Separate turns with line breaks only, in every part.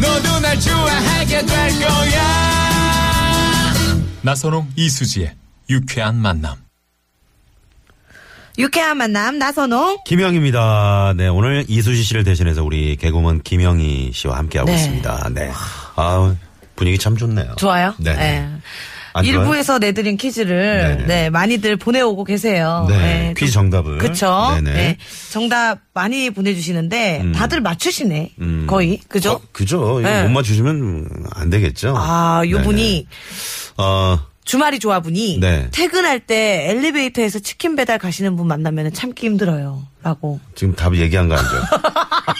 너도 날 좋아하게 될 거야. 나선홍 이수지의 유쾌한 만남.
유쾌한 만남 나선홍.
김영입니다. 네, 오늘 이수지 씨를 대신해서 우리 개그우먼 김영희 씨와 함께하고
네.
있습니다. 네. 아 분위기 참 좋네요.
좋아요.
네. 안 좋아요?
일부에서 내드린 퀴즈를
네네.
네, 많이들 보내오고 계세요.
네, 퀴즈 정답을.
그쵸.
네네.
네. 정답 많이 보내주시는데 다들 맞추시네. 거의 그죠?
어, 그죠. 이거
네.
못 맞추시면 안 되겠죠.
아, 요
네네.
분이
어,
주말이 좋아 분이
네.
퇴근할 때 엘리베이터에서 치킨 배달 가시는 분 만나면 참기 힘들어요.라고.
지금 답 얘기한 거 아니죠?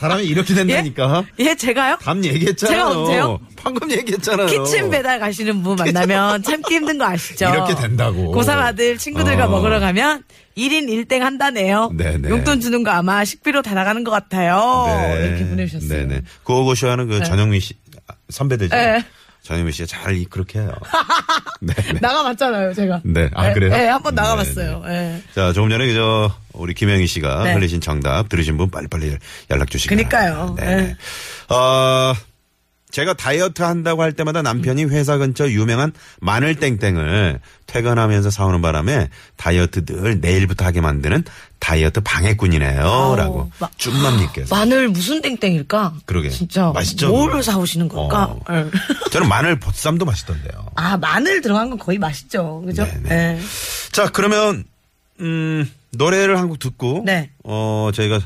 사람이 이렇게 된다니까.
예, 제가요?
답 얘기했잖아요.
제가 언제요?
방금 얘기했잖아요.
키친 배달 가시는 분 만나면 참기 힘든 거 아시죠?
이렇게 된다고.
고3 아들 친구들과
어.
먹으러 가면 1인 1땡 한다네요.
네네.
용돈 주는 거 아마 식비로 다 나가는 것 같아요.
네.
이렇게 보내주셨어요.
네네. 구호고쇼 하는 그 전영미 씨, 아, 선배들이죠.
네.
전영미 씨가 잘 이- 그렇게 해요. 네네.
나가봤잖아요, 제가.
네. 아,
예,
그래요?
예, 한번
네네.
나가봤어요. 예.
자, 조금 전에 그저 우리 김영희 씨가
네.
흘리신 정답 들으신 분 빨리빨리 연락 주시기
그니까요.
바랍니다. 네네. 어, 제가 다이어트 한다고 할 때마다 남편이
음.
회사 근처 유명한 마늘땡땡을 퇴근하면서 사오는 바람에 다이어트 늘 내일부터 하게 만드는 다이어트 방해꾼이네요.
아우,
라고.
마-
쭈맘님께서.
마늘 무슨 땡땡일까?
그러게.
진짜.
맛있죠, 그거?
뭐를 사오시는 걸까?
어.
예.
저는 마늘 보쌈도 맛있던데요.
아, 마늘 들어간 건 거의 맛있죠. 그죠?
네네.
예.
자, 그러면, 음, 노래를 한 곡 듣고,
네.
어, 저희가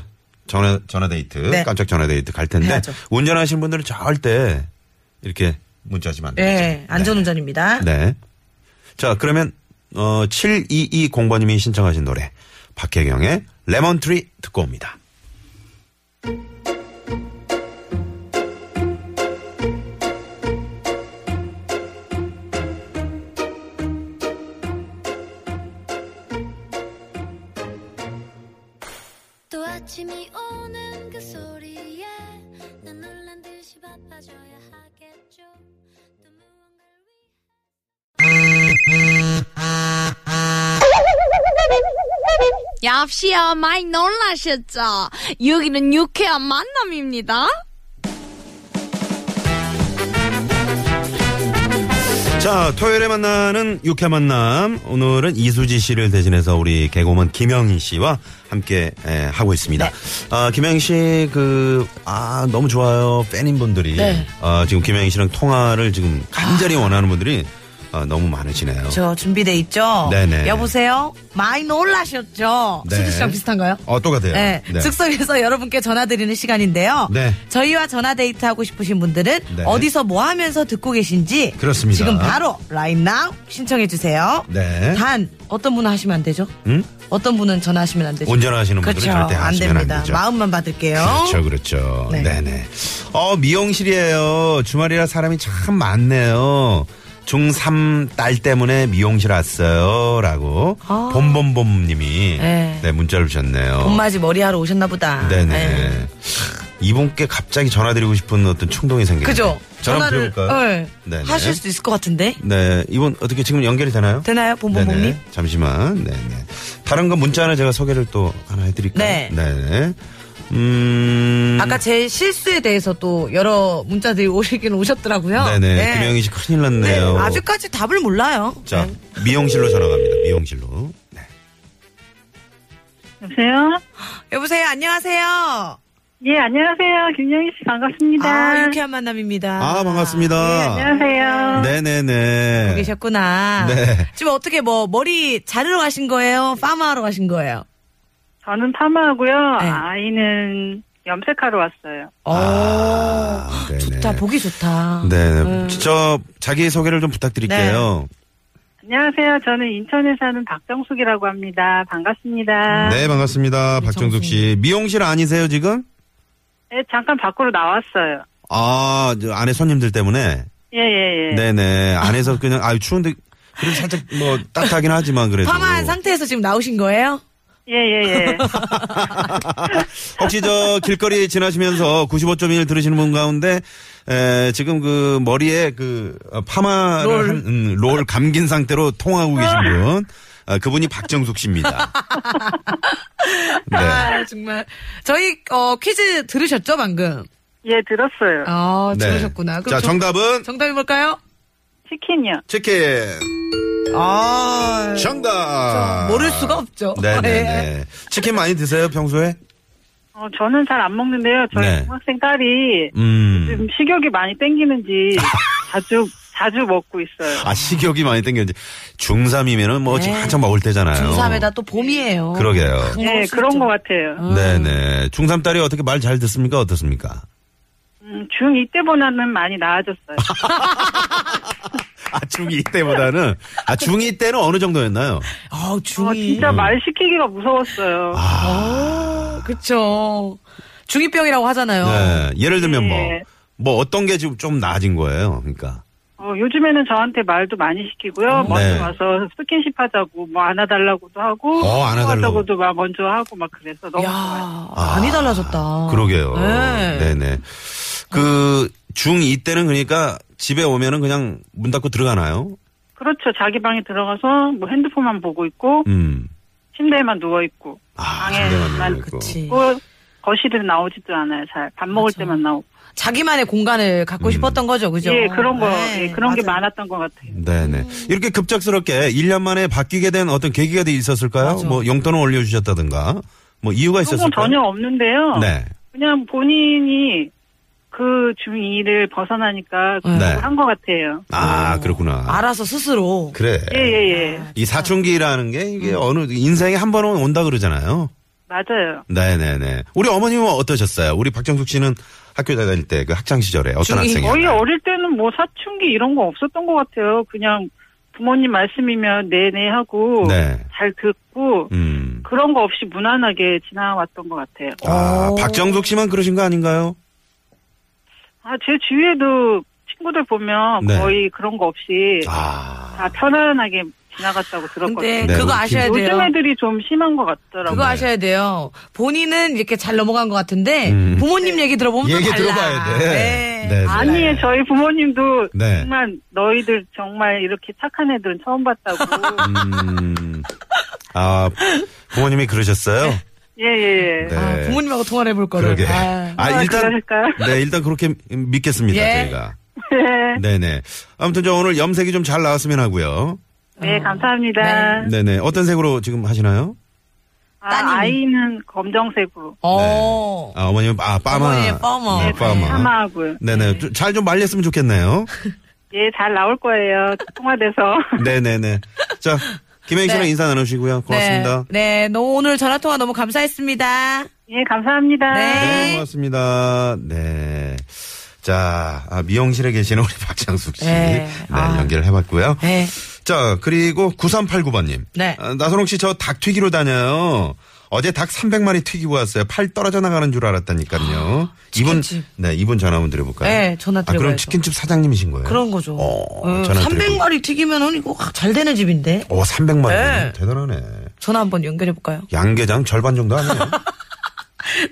전화, 전화데이트,
네.
깜짝 전화데이트 갈 텐데,
해야죠.
운전하시는 분들은 절대 이렇게 문자하시면 안 되죠.
예, 안전운전입니다.
네. 네. 자, 그러면, 어, 7220번님이 신청하신 노래, 박혜경의 레몬트리 듣고 옵니다.
또 아침이 오는 그 소리에 난 놀란 듯이 바빠져야 하겠죠 또 무언가를 위해
역시요 많이 놀라셨죠? 여기는 유쾌한 만남입니다.
자, 토요일에 만나는 육회 만남. 오늘은 이수지 씨를 대신해서 우리 개그우먼 김영희 씨와 함께 에, 하고
네.
있습니다. 아, 김영희 씨, 그, 아, 너무 좋아요. 팬인 분들이.
네.
아, 지금 김영희 씨랑 통화를 지금 간절히 원하는 분들이 아, 너무 많으시네요.
저 준비돼 있죠?
네네.
여보세요? 많이 놀라셨죠?
네.
수지 씨랑 비슷한가요?
어, 똑같아요.
네.
네.
즉석에서 여러분께 전화드리는 시간인데요.
네.
저희와 전화데이트 하고 싶으신 분들은
네.
어디서 뭐 하면서 듣고 계신지
그렇습니다.
지금 바로 라인 나우 신청해 주세요.
네.
단 어떤 분은 하시면 안 되죠?
음?
어떤 분은 전화하시면 안 되죠?
운전하시는 분들은
그렇죠.
절대 하시면 안
안 됩니다.
되죠.
마음만 받을게요.
그렇죠, 그렇죠.
네.
네. 네 어, 미용실이에요. 주말이라 사람이 참 많네요. 중3 딸 때문에 미용실 왔어요. 라고.
아.
봄봄봄 님이. 네.
네.
문자를 주셨네요.
봄맞이 머리하러 오셨나 보다.
네네.
네.
이분께 갑자기 전화드리고 싶은 어떤 충동이 생기네요.
그죠?
전화
전화를
드려볼까요?
네.
네네.
하실 수도 있을 것 같은데
네. 이분 어떻게 지금 연결이 되나요?
되나요, 봄봄봄님?
네네. 잠시만. 네네. 다른 거 문자 하나 제가 소개를 또 하나 해드릴까요?
네.
네네. 음.
아까 제 실수에 대해서 또 여러 문자들이 오시긴 오셨더라고요.
네네.
네.
김영희 씨 큰일
네,
났네요.
아직까지 답을 몰라요.
자, 미용실로 전화 갑니다. 미용실로. 네.
여보세요?
여보세요, 안녕하세요.
예, 안녕하세요. 김영희 씨 반갑습니다.
아, 유쾌한 만남입니다.
아, 반갑습니다.
안녕하세요.
네. 네네네.
네, 계셨구나.
네.
지금 어떻게 뭐 머리 자르러 가신 거예요? 파마하러 가신 거예요?
저는 파마하고요.
네.
아이는 염색하러 왔어요.
아, 네네.
좋다, 보기 좋다.
네네.
음.
저, 자기 소개를 좀
네.
부탁드릴게요.
안녕하세요. 저는 인천에 사는 박정숙이라고 합니다. 반갑습니다.
네, 반갑습니다. 박정숙 씨. 미용실 아니세요, 지금?
네, 잠깐 밖으로 예, 나왔어요.
아, 저 안에 손님들 때문에.
예, 예, 예.
네네. 안에서 그냥, 아유, 추운데, 그래도 살짝 뭐, 따뜻하긴 하지만 그래도.
파마한 상태에서 지금 나오신 거예요?
예, 예, 예.
혹시 저 길거리 지나시면서 95.1 들으시는 분 가운데 에, 지금 그 머리에 그 어, 파마를 롤, 한, 음, 롤 감긴 상태로 통하고 계신 분 아, 그분이 박정숙 씨입니다. 네.
아, 정말. 저희, 어, 퀴즈 들으셨죠, 방금?
예, 들었어요.
아,
네.
들으셨구나.
자
그럼 정,
정답은
정답이 뭘까요?
치킨이요.
치킨
아,
정답.
모를 수가 없죠. 예.
네네네. 치킨 많이 드세요 평소에?
어, 저는 잘 안 먹는데요. 저희
네.
중학생 딸이
음.
지금 식욕이 많이 땡기는지 자주, 자주 먹고 있어요.
아 식욕이 많이 땡겼는지 중3이면은 뭐
네.
지금 한참 먹을 때잖아요.
중삼에다 또 봄이에요. 음.
그러게요.
네, 그런 것 같아요.
네네. 중3 딸이 어떻게 말 잘 듣습니까? 어떻습니까?
음, 중2 때보다는 많이 나아졌어요.
아, 중2 때보다는. 아, 중2 때는 어느 정도였나요?
아,
어,
음.
중이.
진짜 말 시키기가 무서웠어요.
아, 그쵸. 중이병이라고 하잖아요.
네. 예를 들면 뭐,
네.
뭐 어떤 게 지금 좀 나아진 거예요? 그러니까.
어, 요즘에는 저한테 말도 많이 시키고요. 먼저
네.
와서 스킨십 하자고, 뭐 안아달라고도 하고, 뭐
어, 안아달라고.
하자고도 막 먼저 하고 막 그래서 너무
야,
좋아요.
많이 달라졌다.
그러게요.
어. 네.
네네. 그, 중2 때는 그러니까 집에 오면은 그냥 문 닫고 들어가나요?
그렇죠. 자기 방에 들어가서 뭐 핸드폰만 보고 있고,
음.
침대에만 누워있고,
아,
방에
상대만 있고.
네. 그치.
그 거실에 나오지도 않아요. 잘 밥 먹을
맞아.
때만 나오고.
자기만의 공간을
음.
갖고 싶었던 거죠, 그렇죠. 그죠?
예, 그런 거,
네,
예, 그런 게
맞아요.
많았던 것 같아요.
네네. 이렇게 급작스럽게 1년 만에 바뀌게 된 어떤 계기가 돼 있었을까요?
맞아.
뭐 용돈을 올려주셨다든가. 뭐 이유가
그건
있었을까요?
전혀 없는데요.
네.
그냥 본인이 그 중2를 벗어나니까 그걸
네.
한 것 같아요.
아, 그렇구나.
알아서 스스로.
그래.
음. 예, 음. 예, 예.
이 사춘기라는 게 이게 어느 인생에 한 번은 온다 그러잖아요.
맞아요.
네네네. 우리 어머님은 어떠셨어요? 우리 박정숙 씨는 학교 다닐 때 그 학창 시절에 어떤
중이-
학생이었나요?
거의 어릴 때는 뭐 사춘기 이런 거 없었던 것 같아요. 그냥 부모님 말씀이면 내내 하고
네.
잘 듣고
음.
그런 거 없이 무난하게 지나왔던 것 같아요.
아,
어.
박정숙 씨만 그러신 거 아닌가요?
아, 제 주위에도 친구들 보면
네.
거의 그런 거 없이
아.
다 편안하게 지나갔다고
근데
들었거든요.
네,
그거
루틴.
아셔야 돼요.
요즘 애들이 좀 심한 것 같더라고요.
그거 아셔야 돼요. 본인은 이렇게 잘 넘어간 것 같은데
음.
부모님 얘기 들어보면 또
얘기
달라.
들어봐야 돼.
네.
네, 네.
아니에요. 저희 부모님도
네.
정말 너희들 정말 이렇게 착한 애들은 처음 봤다고.
음. 아, 부모님이 그러셨어요?
예, 예, 예.
네.
아, 부모님하고 통화를 해볼 거를.
그러게.
아.
아, 일단.
그러실까요?
네, 일단 그렇게 믿겠습니다,
예.
저희가.
네.
네네. 아무튼 저 오늘 염색이 좀 잘 나왔으면 하고요.
네, 감사합니다.
네네. 어떤 색으로 지금 하시나요?
아,
따님.
아이는 검정색으로. 예,
어.
아, 어머님, 아, 빠마.
어머니의 빠마.
네, 빠마.
파마하고요.
네네. 잘 좀 말렸으면 좋겠네요.
예, 잘 나올 거예요. 통화돼서.
네네네. 자, 김혜희 씨랑
네.
인사 나누시고요. 고맙습니다.
네, 네, 너무 오늘 전화 통화 너무 감사했습니다.
예, 감사합니다.
네.
네, 고맙습니다. 네. 자, 아, 미용실에 계시는 우리 박창숙 씨.
네.
네,
아.
연결을 해봤고요.
네.
자, 그리고 9389번님. 아,
네.
나선홍 씨 저 닭 튀기로 다녀요. 어제 닭 300마리 튀기고 왔어요. 팔 떨어져 나가는 줄 알았다니까요. 이분,
아, 치킨집.
네, 이분 전화 한번 드려볼까요?
네, 전화
아, 그럼
드려봐야죠.
치킨집 사장님이신 거예요?
그런 거죠.
어,
음,
전화 드리고.
300마리 튀기면은 이거 확잘 되는 집인데.
오, 300마리.
네.
대단하네.
전화 한번 연결해 볼까요?
양계장 절반 정도 하네요.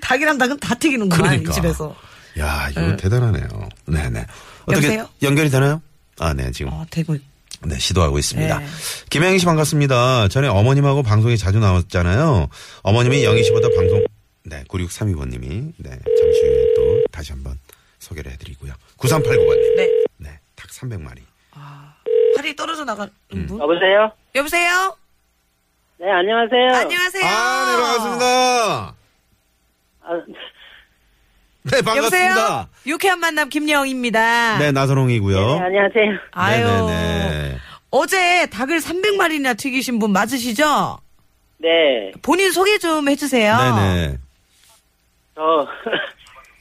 닭이랑 닭은 다 튀기는구나
그러니까.
이 아, 집에서.
야, 이거 대단하네요. 네네. 어떻게
여보세요?
연결이 되나요? 아, 네, 지금.
아, 대구.
네, 시도하고 있습니다.
네.
김영희 씨 반갑습니다. 전에 어머님하고 방송에 자주 나왔잖아요. 어머님이 영희 씨보다 방송, 네, 9632번님이, 네, 잠시 후에 또 다시 한번 소개를 해드리고요. 9389번님.
네.
네, 닭 300마리.
아, 팔이 떨어져 나가는
음.
분.
여보세요?
여보세요?
네, 안녕하세요.
안녕하세요.
아, 네, 반갑습니다. 아. 네,
여보세요?
반갑습니다.
유쾌한 만남 김여영입니다.
네, 나선홍이고요.
안녕하세요.
아유.
네네네.
어제 닭을 300마리나 튀기신 분 맞으시죠?
네,
본인 소개 좀 해주세요.
네네.
저 어,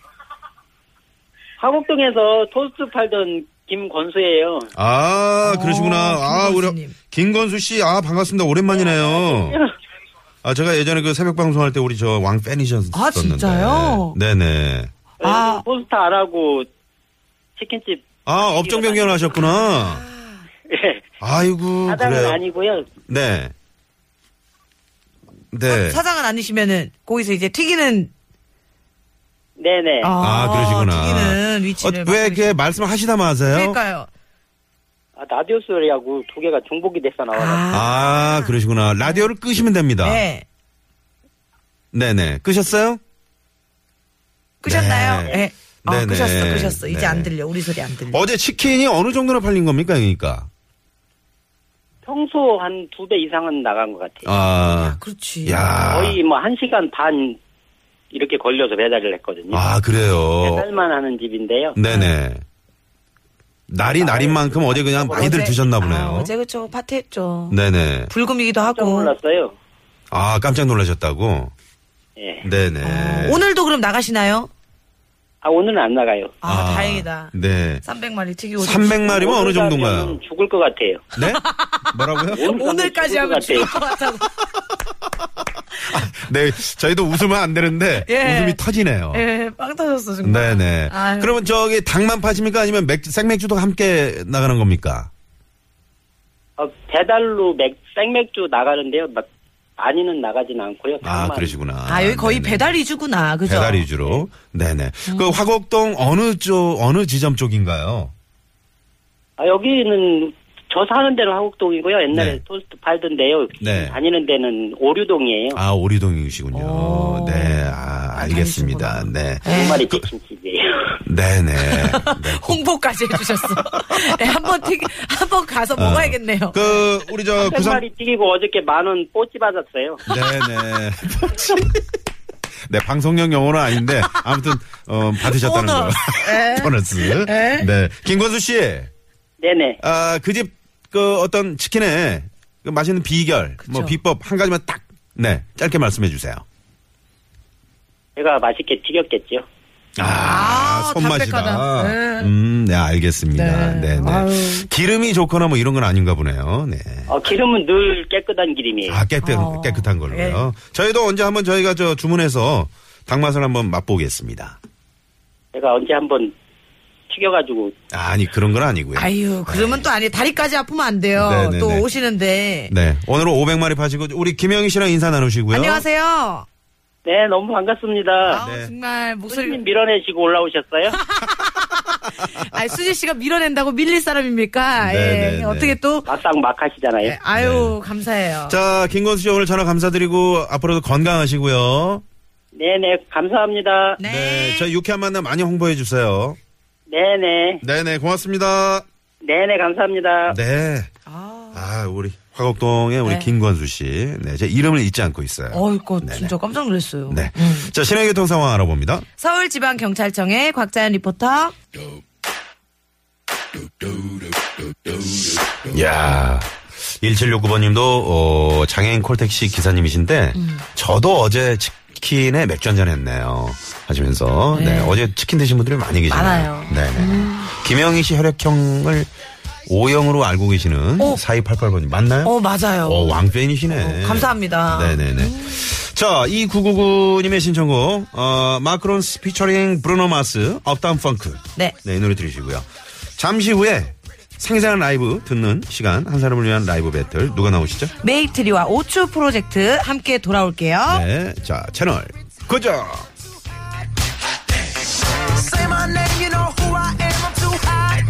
화곡동에서 토스트 팔던 김권수예요.
아, 그러시구나. 아, 우리
어, 김건수님.
김건수 씨, 아 반갑습니다. 오랜만이네요. 아, 제가 예전에 그 새벽 방송할 때 우리 저 왕 팬이셨었는데.
아, 진짜요?
네네.
토스트 안 하고 치킨집.
아, 업종 변경을 하셨구나.
예.
아이고,
사장은
음, 그래.
아니고요.
네. 네.
어, 사장은 아니시면은 거기서 이제 튀기는
네네. 아,
아, 그러시구나.
튀기는 위치를
어,
맡고
왜
계시-
이렇게 말씀을 하시다 마세요?
그러니까요.
아, 라디오 소리하고 두 개가 중복이 돼서 나와요.
아, 그러시구나. 라디오를 끄시면 됩니다.
네.
네네. 끄셨어요?
끄셨나요?
네.
네. 아,
네네.
끄셨어, 끄셨어. 이제
네.
안 들려. 우리 소리 안 들려.
어제 치킨이 어느 정도나 팔린 겁니까, 그러니까?
평소 한 두 배 이상은 나간 것 같아요.
아,
그렇지.
야.
거의 뭐 한 시간 반 이렇게 걸려서 배달을 했거든요.
아, 음. 그래요.
배달만 하는 집인데요.
네네. 날이 날인 만큼 어제 그냥 많이들
아, 어제-
드셨나
아,
보네요.
어제 그쵸 파티했죠.
네네.
불금이기도
깜짝
하고.
놀랐어요.
아, 깜짝 놀라셨다고?
예.
네네.
어, 오늘도 그럼 나가시나요?
아 오늘은 안 나가요.
아, 다행이다.
네.
300마리 튀기고.
300마리면 어느
오늘
정도인가요?
가면 죽을 것 같아요.
네? 뭐라고요?
오늘 가면
오늘까지
죽을
하면
것 같아요.
죽을 것 같다고.
네, 저희도 웃으면 안 되는데
예.
웃음이 터지네요.
예, 빵 터졌어, 지금.
네네.
아유.
그러면 저기 닭만 파십니까? 아니면 맥주, 생맥주도 함께 나가는 겁니까?
어, 배달로 맥, 생맥주 나가는데요. 막 많이는 나가진 않고요.
아,
다만
그러시구나.
아, 여기 거의
네네.
배달 예. 음. 위주구나. 그죠?
배달 위주로. 네네. 그 화곡동 어느 쪽, 어느 지점 쪽인가요?
아, 여기는 저 사는 데는 한국동이고요. 옛날에
네.
토스트 팔던데요.
네.
다니는 데는 오류동이에요.
아, 오리동이시군요.
오.
네, 아, 알겠습니다.
다니시구나.
네.
두 마리 치킨집이에요.
네네. 네.
홍보까지 해주셨어. 네, 한번 튀, 한번 가서 먹어야겠네요.
그, 우리 저
세
구성.
마리 튀기고 어저께 만 원 뽀찌 받았어요.
네네. 뭐지? 네, 방송용 영어는 아닌데, 아무튼, 어, 받으셨다는 거.
보너스. 에?
보너스. 네. 김건수 씨,
네네.
아, 그 집, 그 어떤 치킨의 그 맛있는 비결, 뭐
그쵸.
비법 한 가지만 딱, 네, 짧게 말씀해 주세요.
제가 맛있게 튀겼겠죠.
아,
아,
손맛이다.
담백하다. 네.
음, 네, 알겠습니다. 네,
네.
네.
아유.
기름이 좋거나 뭐 이런 건 아닌가 보네요. 네.
어, 기름은 늘 깨끗한 기름이에요.
아, 깨끗,
어.
깨끗한 걸로요. 저희도 언제 한번 저희가 저 주문해서 닭맛을 한번 맛보겠습니다.
제가 언제 한번 튀겨가지고
아니, 그런 건 아니고요.
아유, 그러면 또 아니, 다리까지 아프면 안 돼요.
네, 네,
또
네.
오시는데.
네. 오늘은 500마리 파시고, 우리 김영희 씨랑 인사 나누시고요.
안녕하세요.
네 너무 반갑습니다.
아우,
네.
정말
손님
목소리.
밀어내시고 올라오셨어요?
아, 수지 씨가 밀어낸다고 밀릴 사람입니까?
네,
예.
네, 네.
어떻게 또.
막상 막 하시잖아요.
예, 아유, 감사해요.
자, 김건수 씨 오늘 전화 감사드리고, 앞으로도 건강하시고요.
네네 감사합니다.
네.
저희 유쾌한 만남 많이 홍보해주세요.
네네
네네, 고맙습니다.
네네 감사합니다.
네.
아.
아, 우리 화곡동의 우리
네.
김건수 씨. 네, 제 이름을 잊지 않고 있어요.
어이구,
네네.
진짜 깜짝 놀랐어요.
네.
음.
자, 실내 교통 상황 알아봅니다.
서울지방경찰청의 곽자연 리포터. 네.
야 1769번님도 어, 장애인 콜택시 기사님이신데
음.
저도 어제 치킨에 맥주 한잔 했네요 하시면서 네.
네.
어제 치킨 드신 분들이 많이 계시네요.
많아요. 음.
네네. 김영희 씨 혈액형을 O형으로 알고 계시는
어?
4288번님 맞나요?
어, 맞아요.
어, 왕팬이시네.
어, 감사합니다.
네네네. 자, 2999님의 신청곡, 어, 마크론스 피처링 브루노 마스, 업다운 펑크.
네.
네, 이 노래 들으시고요. 잠시 후에 생생한 라이브 듣는 시간, 한 사람을 위한 라이브 배틀. 누가 나오시죠?
메이트리와 오추 프로젝트 함께 돌아올게요.
네. 자, 채널 고정!
Say my name, you know who I am. I'm too hot.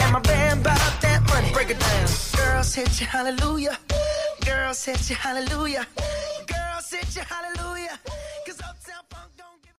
And my band bought that money. Break it down. Girls hit you, hallelujah. Girls hit you, hallelujah. Girls hit you, hallelujah.